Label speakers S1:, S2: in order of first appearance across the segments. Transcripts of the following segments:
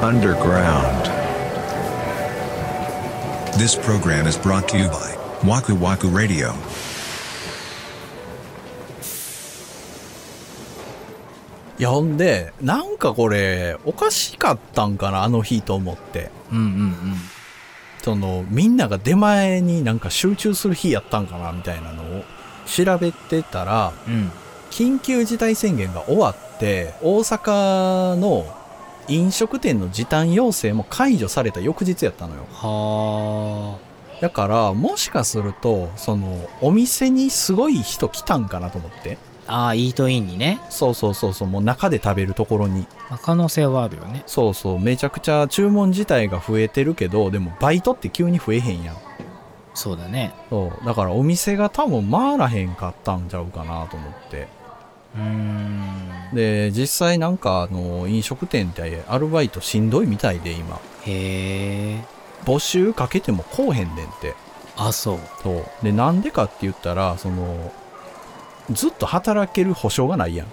S1: underground.
S2: This program is brought to you by Waku Waku Radio.
S3: いやほんでなんかこれおかしかったんかなあの日と思って
S4: うんうんうん。
S3: そのみんなが出前になんか集中する日やったんかなみたいなのを調べてたら
S4: うん。
S3: 緊急事態宣言が終わって大阪の飲食店の時短要請も解除された翌日やったのよ
S4: は
S3: だからもしかするとそのお店にすごい人来たんかなと思って
S4: あ。ああ、イートインにね。
S3: そうそうそうそうもう中で食べるところに
S4: まあ、可能性はあるよね。
S3: そうそうめちゃくちゃ注文自体が増えてるけどでもバイトって急に増えへんやん
S4: そうだね。
S3: そうだからお店が多分回らへんかったんちゃうかなと思って
S4: うーん。
S3: で実際なんかあの飲食店ってアルバイトしんどいみたいで今
S4: へえ。
S3: 募集かけてもこうへんねんって
S4: あ、そう。
S3: そうでなんでかって言ったらそのずっと働ける保証がないやん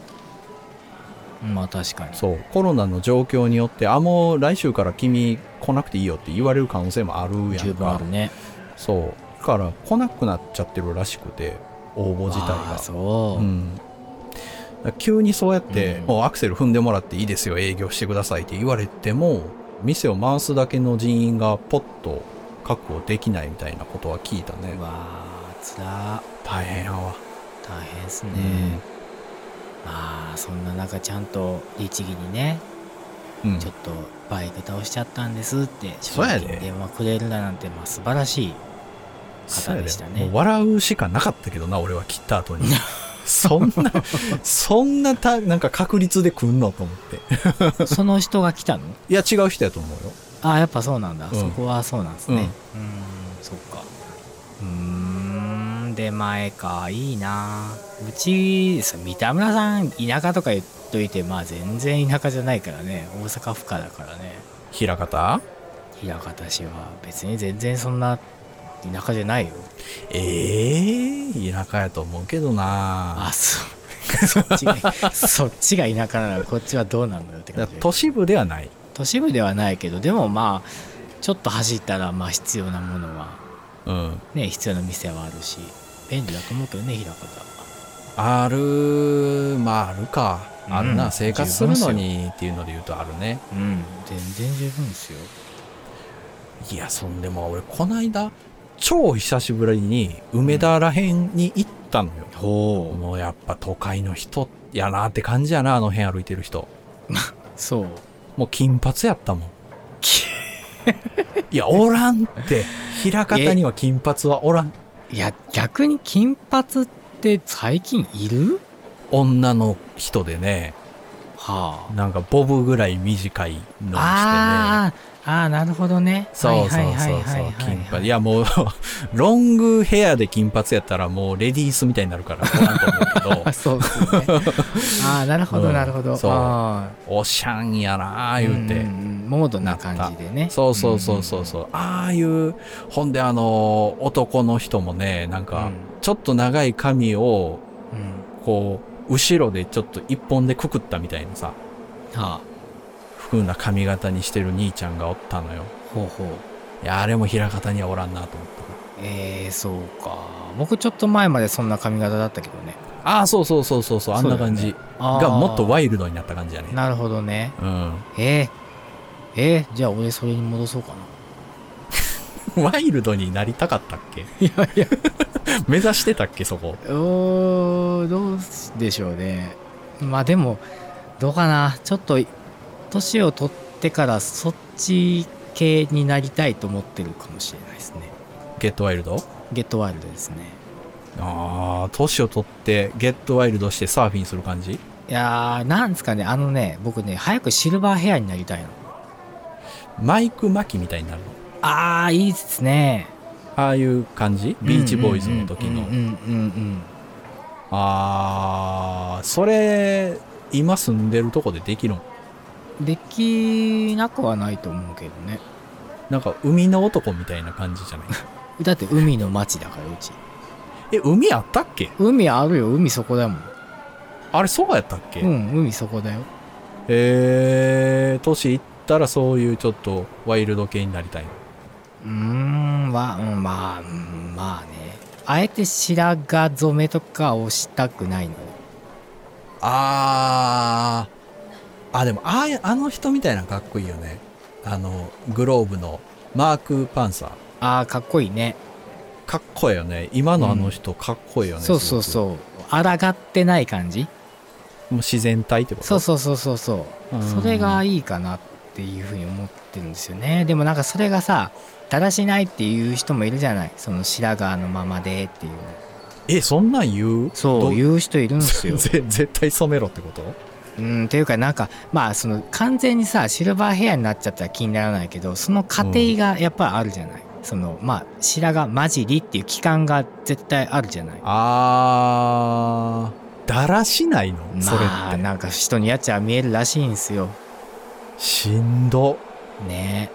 S4: まあ確かに。
S3: そうコロナの状況によってあもう来週から君来なくていいよって言われる可能性もあるやんか
S4: 十分あるね。
S3: そうだから来なくなっちゃってるらしくて応募自体
S4: あ
S3: が
S4: あ、そうう。
S3: ん、だから急にそうやって、
S4: うん
S3: もうアクセル踏んでもらっていいですよ営業してくださいって言われても店を回すだけの人員がポッと確保できないみたいなことは聞いたね
S4: うわあ、つらー。
S3: 大変やわ、
S4: 大変ですね。
S3: う
S4: まあそんな中ちゃんと律儀にね、
S3: んうん
S4: ちょっとバイク倒しちゃったんですって
S3: そうやで
S4: 正直に電話くれるだなんてまあ素晴らしい
S3: そうやで
S4: でしたね
S3: もう笑うしかなかったけどな俺は切った 後にそんなそんなたなんか確率で来んのと思って
S4: その人が来たの
S3: いや違う人やと思うよ
S4: ああやっぱそうなんだ、
S3: うん
S4: そこはそうなんですねうーんそっかうーん出前かいいなうちそう三田村さん田舎とか言っといてまあ全然田舎じゃないからね大阪府下だからね
S3: 平方
S4: 枚方市は別に全然そんな田舎じゃないよ
S3: ええ田舎やと思うけどな
S4: あそう そっちがそっちが田舎ならこっちはどうなんだよって
S3: だ
S4: 感
S3: か
S4: じ
S3: ら都市部ではない
S4: 都市部ではないけどでもまあちょっと走ったらまあ必要なものは
S3: うん
S4: ね必要な店はあるし便利だと思うけどね枚方は
S3: あるまああるか
S4: うん
S3: あるな、生活するのにっていうので言うとあるね
S4: うん全然十分ですよ
S3: いやそんでも俺こないだ超久しぶりに梅田らへんに行ったのよ、
S4: ほ
S3: もうやっぱ都会の人やなって感じやなあの辺歩いてる人
S4: そう
S3: もう金髪やったもんいやおらん って枚方には金髪はおらん
S4: いや逆に金髪って最近いる
S3: 女の人でね
S4: はあ
S3: なんかボブぐらい短いのにしてね
S4: あーあーなるほどね
S3: そうそうそうそう金髪いやもう ロングヘアで金髪やったらもうレディースみたいになるからおらんと思うけ
S4: あ
S3: ど
S4: そうですね。ああ、なるほ
S3: う
S4: ど、
S3: ん
S4: なるほど。
S3: そう
S4: あ
S3: おしゃんやなあ
S4: ー
S3: 言うて
S4: んんモードな感じでね。
S3: そうそうそうそう
S4: う
S3: そうああいうほんであの男の人もねなん
S4: ん。う
S3: か
S4: ん
S3: ちょっと長い髪を
S4: うん
S3: こう後ろでちょっと一本でくくったみたいなさ
S4: はあ、
S3: 風な髪型にしてる兄ちゃんがおったのよ
S4: ほうほう。
S3: いやあれも枚方にはおらんなと思った
S4: えー、そうか。僕ちょっと前までそんな髪型だったけどね。
S3: ああそうそうそうそうそうあんな感じ、
S4: そうあー
S3: がもっとワイルドになった感じやね
S4: なるほどね。
S3: うん
S4: えー、えー、じゃあ俺それに戻そうかな。
S3: ワイルドになりたかったっけ
S4: いやいや。
S3: 目指してたっけそこ。
S4: おー、どうでしょうね。まあでも、どうかな。ちょっと、年を取ってからそっち系になりたいと思ってるかもしれないですね。
S3: ゲットワイルド
S4: ゲットワイルドですね。
S3: ああ、年を取ってゲットワイルドしてサーフィンする感じ
S4: いやー、なんですかね、あのね、僕ね、早くシルバーヘアになりたいの。
S3: マイク・マキみたいになるの
S4: あー、いいですね。
S3: ああいう感じビーチボーイズの時
S4: う
S3: の
S4: ん。うんうん
S3: ああ、それ、今住んでるとこでできるん
S4: うん。できなくはないと思うけどね。
S3: なんか海の男みたいな感じじゃない
S4: だって海の町だから、うち。
S3: え、海あったっけ
S4: 海あるよ、海そこだもん。
S3: あれ、そうやったっけ、
S4: うん、海そこだよ。
S3: えー、年いっったらそういうちょっとワイルド系になりたいの
S4: うーんは、うん、まあうんまあねあえて白髪染めとかをしたくないの
S3: あーあでもあああの人みたいなのかっこいいよねあのグローブのマーク・パンサー
S4: あーかっこいいね
S3: かっこいいよね今のあの人かっこいいよね、
S4: そうそう
S3: う
S4: そう抗ってない感じ
S3: もう自然体ってこと
S4: そうそうそうそうそう、
S3: うん
S4: それがいいかなっていうふうに思ってるんですよねでもなんかそれがさだらしないっていう人もいるじゃないその白髪のままでっていう
S3: えそんなん言う
S4: そ
S3: ど
S4: ういう人いるんですよ
S3: ぜ絶対染めろってこと
S4: うんというかなんかまあその完全にさシルバーヘアになっちゃったら気にならないけどその過程がやっぱりあるじゃない、そのまあ白髪混じりっていう期間が絶対あるじゃない
S3: あーだらしないのそれ
S4: まあ
S3: って
S4: なんか人にやっちゃ見えるらしいんですよ
S3: しんど
S4: ね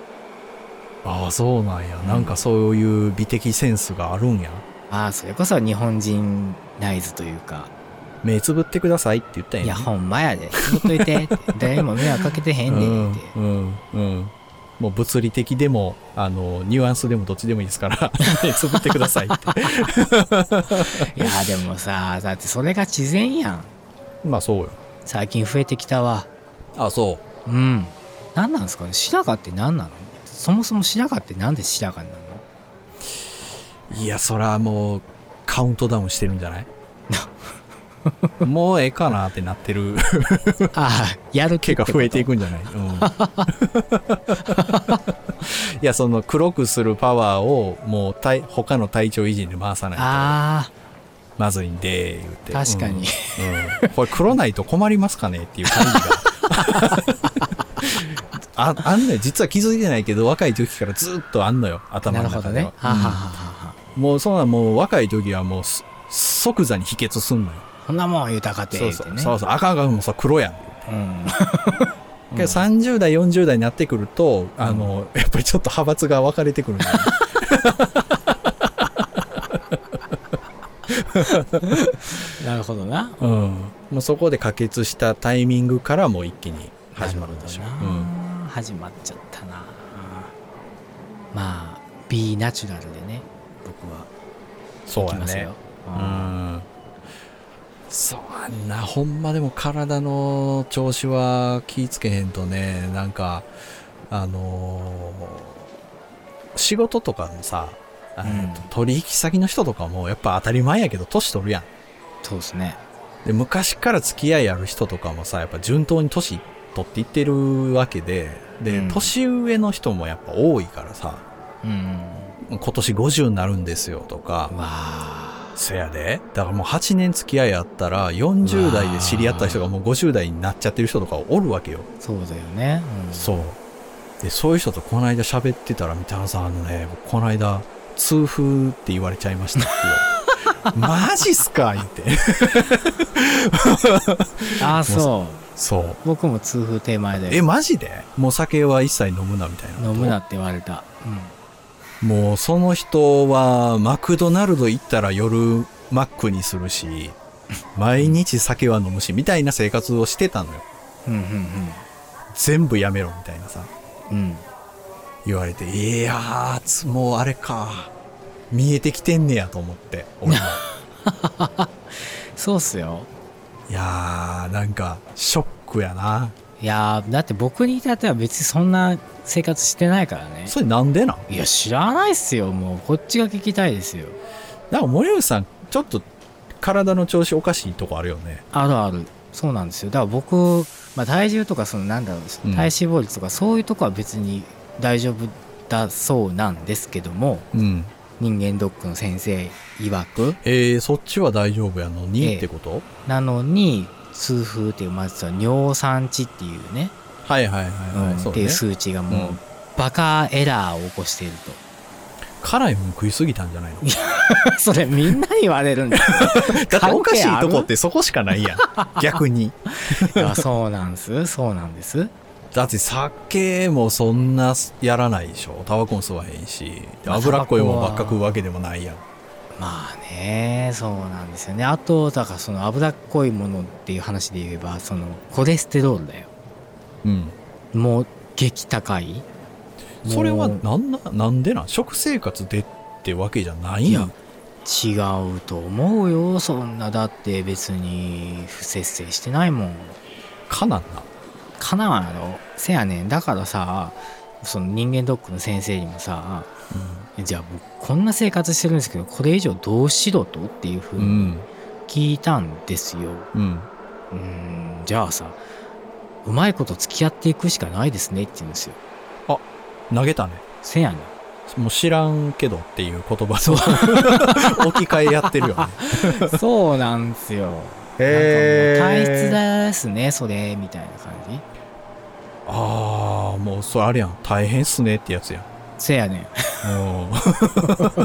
S3: ああそうなんや、なんかそういう美的センスがあるんや
S4: まあそれこそ日本人ナイズというか
S3: 目つぶってくださいって言ったん
S4: い
S3: や
S4: や
S3: ね
S4: ほんまやでほっといてって誰も迷惑かけてへんねんって、
S3: うんうんうんもう物理的でもあのニュアンスでもどっちでもいいですから 目つぶってくださいって
S4: いやでもさだってそれが自然やん
S3: まあそうよ
S4: 最近増えてきたわ
S3: あそう
S4: うん何なんですかね白髪って何なのそもそも白髪ってなんで白髪なの
S3: いや、そらもう、カウントダウンしてるんじゃない もうええかなってなってる
S4: ああやる
S3: 毛
S4: 気って
S3: が
S4: こと
S3: 増えていくんじゃない、うんい や、その黒くするパワーをもう体他の体調維持に回さない
S4: あ
S3: とまずいんで、言って。
S4: 確かに
S3: うん。うんこれ黒ないと困りますかねっていう感じが。 ああんのよ実は気づいてないけど若い時からずっとあんのよ
S4: あ
S3: 頭
S4: な
S3: の
S4: るほ
S3: 中
S4: ど
S3: で
S4: ね
S3: は
S4: はあはあはあは
S3: もうそんなんもう若い時はもうす即座に秘訣すんのよ。
S4: あこんなもん豊かて
S3: そう
S4: 言う
S3: そ
S4: て
S3: う
S4: ね
S3: そうそう赤がもうさ黒やん。
S4: うん
S3: けど30代40代になってくると、あの やっぱりちょっと派閥が分かれてくるんだよね
S4: なるほどな
S3: うん。もうそこで可決したタイミングからもう一気に始まるんでしょ。
S4: な
S3: う
S4: るほど
S3: ん、
S4: な始まっちゃったなまあ B ナチュラルでね僕は
S3: そう
S4: 行
S3: や
S4: きます
S3: ね
S4: よ。、
S3: う
S4: うん
S3: ん。そうあんなほんまでも体の調子は気ぃつけへんとねなんかあのー仕事とかのさ、あの
S4: うん
S3: 取引先の人とかもやっぱ当たり前やけど年取るやん
S4: そうですね
S3: で昔から付き合いある人とかもさやっぱ順当に年取っていってるわけでで、
S4: うん
S3: 年上の人もやっぱ多いからさ
S4: うん
S3: 今年50になるんですよとか
S4: う、わ
S3: せやでだからもう8年付き合いあったら40代で知り合った人がもう50代になっちゃってる人とかおるわけよ
S4: そうだよね、うん
S3: そうでそういう人とこの間喋ってたらみたいなさんあのね僕この間痛風って言われちゃいましたって 言われてマジっすか言って
S4: ああそう
S3: そう
S4: 僕も痛風手前で
S3: えマジでもう酒は一切飲むなみたいな
S4: 飲むなって言われた、うん、
S3: もうその人はマクドナルド行ったら夜マックにする し毎日酒は飲むしみたいな生活をしてたのよ
S4: うんうん
S3: 全部やめろみたいなさ
S4: うんうん
S3: 言われていやーつもうあれか見えてきてんねやと思って 俺も
S4: そうっすよ
S3: いやーなんかショックやない
S4: やーだって僕に至っては別にそんな生活してないからね
S3: それなんでなん
S4: いや知らないっすよもうこっちが聞きたいですよ
S3: なんか森内さんちょっと体の調子おかしいとこあるよね
S4: あるあるそうなんですよだから僕、まあ、体重とかそのなんだろう
S3: うん
S4: 体脂肪率とかそういうとこは別に大丈夫だそうなんですけども
S3: うん
S4: 人間ドックの先生曰く
S3: えー、そっちは大丈夫やのに、
S4: ええ
S3: ってこと
S4: なのに痛風っていうまずは尿酸値っていうね
S3: はいはいはいはい、
S4: うん
S3: そ
S4: っ
S3: う
S4: ていう
S3: ね
S4: 数値がもう、
S3: うん
S4: バカエラーを起こしていると
S3: 辛いもん食いすぎたんじゃないの
S4: それみんなに言われるん だよ
S3: だっておかしいとこっ
S4: 関係
S3: てそこしかない やん逆に
S4: あるいやそうなんですそうなんです
S3: だって酒もそんなやらないでしょタバコも吸わへんしで
S4: まあ
S3: 脂っこいもんば
S4: タバコ
S3: っ
S4: は
S3: か食うわけでもないやん
S4: まあねそうなんですよねあとだからその脂っこいものっていう話で言えばそのコレステロールだよ
S3: うん
S4: もう激高い
S3: それは
S4: もう
S3: なんななんでなん食生活でってわけじゃないん
S4: いや違うと思うよそんなだって別に不節制してないもん
S3: かなんな
S4: かなわなのせやねんだからさその人間ドックの先生にもさじゃあ僕こんな生活してるんですけどこれ以上どうしろとっていうふう
S3: う
S4: に
S3: ん
S4: 聞いたんですよ、
S3: うん
S4: うーんじゃあさうまいこと付き合っていくしかないですねって言うんですよ
S3: 投げたね
S4: せやねん
S3: もう知らんけどっていう言葉と 置き換えやってるよね
S4: そうなんですよ。
S1: へー
S4: なんかもう体質ですね、それ、みたいな感じ。
S3: ああもうそれあれやん大変っすねってやつやん
S4: せやねん。
S3: うん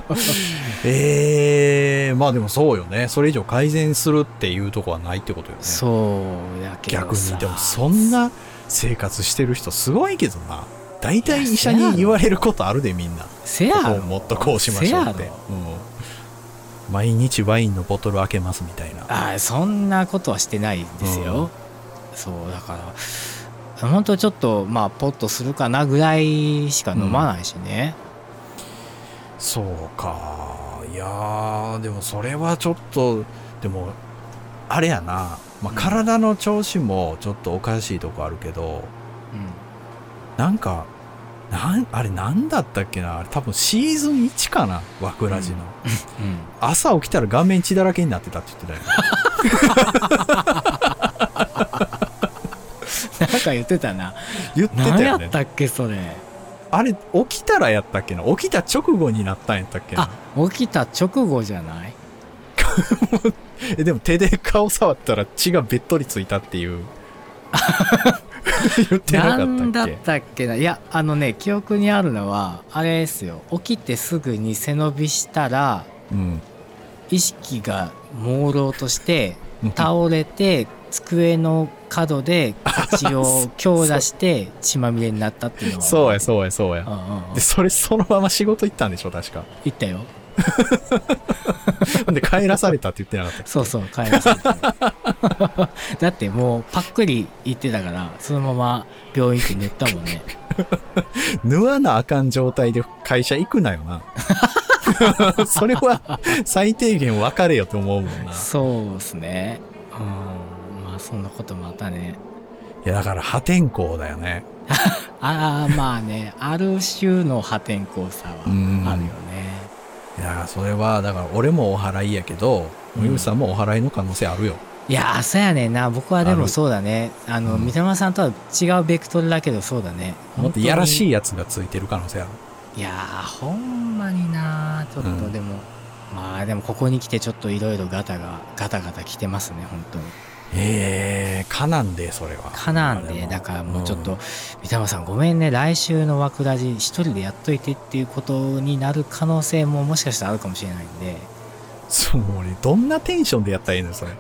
S3: ええまあでもそうよねそれ以上改善するっていうとこはないってことよね
S4: そうやけどさ。
S3: 逆にでもそんな生活してる人すごいけどな大体医者
S4: いや
S3: に言われることあるでみんな
S4: せや
S3: こ
S4: ろ
S3: うもっとこうしましょうっ
S4: せ
S3: て
S4: やろ、
S3: うん毎日ワインのボトル開けますみたいな
S4: あーそんなことはしてないんですよ。そう、だから、本当ちょっと、まあ、ポッとするかなぐらいしか飲まないしね。
S3: そうかいやーでもそれはちょっとでもあれやな、まあ、体の調子もちょっとおかしいとこあるけど、なんかなんあれなんだったっけなあれ多分シーズン1かなワクラジの、
S4: うん。うん
S3: 朝起きたら顔面血だらけになってたって言ってたよ
S4: なんか言ってたな。
S3: 言ってた
S4: 何や
S3: よ
S4: っ
S3: ね
S4: たっけ、それ。
S3: あれ起きたらやったっけな起きた直後になったんやったっけな
S4: あ、起きた直後じゃない
S3: えでも手で顔触ったら血がべっとりついたっていう 言ってなかったっけ
S4: なんだったっけないやあのね記憶にあるのはあれですよ起きてすぐに背伸びしたら
S3: うん
S4: 意識が朦朧として倒れて机の角で口を強打して血まみれになったっていうのは
S3: そうやそうやそう
S4: う
S3: や
S4: んうんうん
S3: でそれそのまま仕事行ったんでしょ確か
S4: 言ったよ
S3: で帰らされたって言ってなかったっけ
S4: そうそう帰らされた だってもうパックリ言ってたからそのまま病院行って寝たもんね
S3: 縫わなあかん状態で会社行くなよ な。それは最低限分かれよと思 うもんな。い
S4: そうっすねうんまあそんなこともあったね
S3: やだから破天荒だよね。
S4: ああまあねある種の破天荒さは
S3: うん
S4: あるよね
S3: いやそれはだから俺もお祓いやけど、
S4: うん
S3: おゆうさんもお祓いの可能性あるよ。
S4: いやーそうやねんな僕はでもそうだねあの、
S3: うん
S4: 三田村さんとは違うベクトルだけどそうだね
S3: もっとやらし
S4: い
S3: いやつがついてる可能性ある。
S4: いやーほんまになちょ
S3: う
S4: っと
S3: ん
S4: でも、まあでもここに来てちょっといろいろガタがガタガタ来てますね本当に
S3: ええー、かなんでそれは。
S4: かなん
S3: あれ
S4: で
S3: も
S4: だからもうちょっと、三田村さんごめんね来週の枠ラジ一人でやっといてっていうことになる可能性ももしかしたらあるかもしれないんで
S3: そう、俺、どんなテンションでやったらいいのよ それ。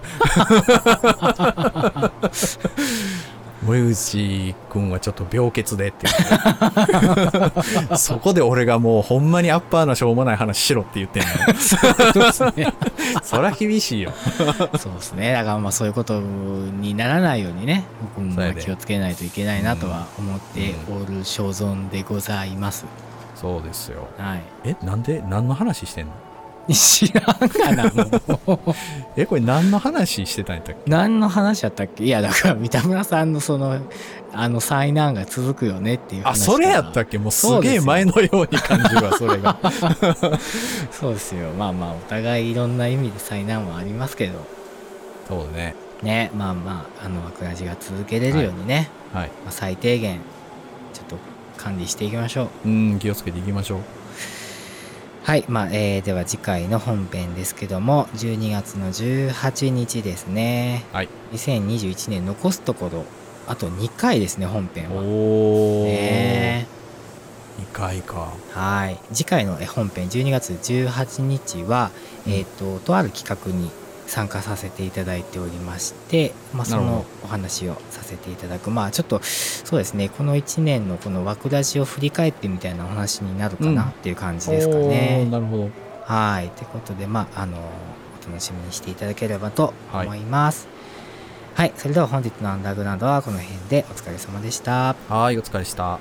S3: 森口君はちょっと病欠でって言って そこで俺がもうほんまにアッパーなしょうもない話しろって言ってんのよ。
S4: そうですね
S3: そりゃ厳しいよ。
S4: そうですね。だからまあそういうことにならないようにね、僕も
S3: そう
S4: ま
S3: や
S4: あ
S3: で
S4: 気をつけないといけないなとは思っておる所存でございます。
S3: そうですよ。
S4: はい。
S3: え、なんで、何の話してんの
S4: 知らんかな、もう。
S3: え、これ何の話してたんやったっけ
S4: 何の話やったっけいや、だから三田村さんのその、あの災難が続くよねっていう話
S3: あ、それやった
S4: っ
S3: っけもうす
S4: そうで
S3: げ
S4: す
S3: え
S4: よ
S3: 前のように感じるわ、それ が。
S4: けそうですよ。まあまあ、お互いいろんな意味で災難はありますけど、
S3: そうね。
S4: ね、まあまあ、あの、枠ラジが続けれるようにね、
S3: はい。
S4: まあ最低限、ちょっと管理していきましょ
S3: う
S4: う。
S3: ん、気をつけていきましょう。
S4: はい、まあえーでは次回の本編ですけども12月の18日ですね、
S3: はい、
S4: 2021年残すところあと2回ですね本編は。
S3: おー。
S4: ね
S3: 2回か。
S4: はい次回のえー本編12月18日は、
S3: うん
S4: えー、ととある企画に参加させていただいておりまして、まあ、そ
S3: なる
S4: のお話をさせていただくまあちょっとそうですねこの1年のこの枠出しを振り返ってみたいなお話になるかな
S3: うん
S4: っていう感じですかね。
S3: おーなるほど。
S4: はい。ということで、まあ、あの、お楽しみにしていただければと思います。ははい、それでは本日のアンダーグラウンドはこの辺でお疲れ様でした。
S3: はい、お疲れでした。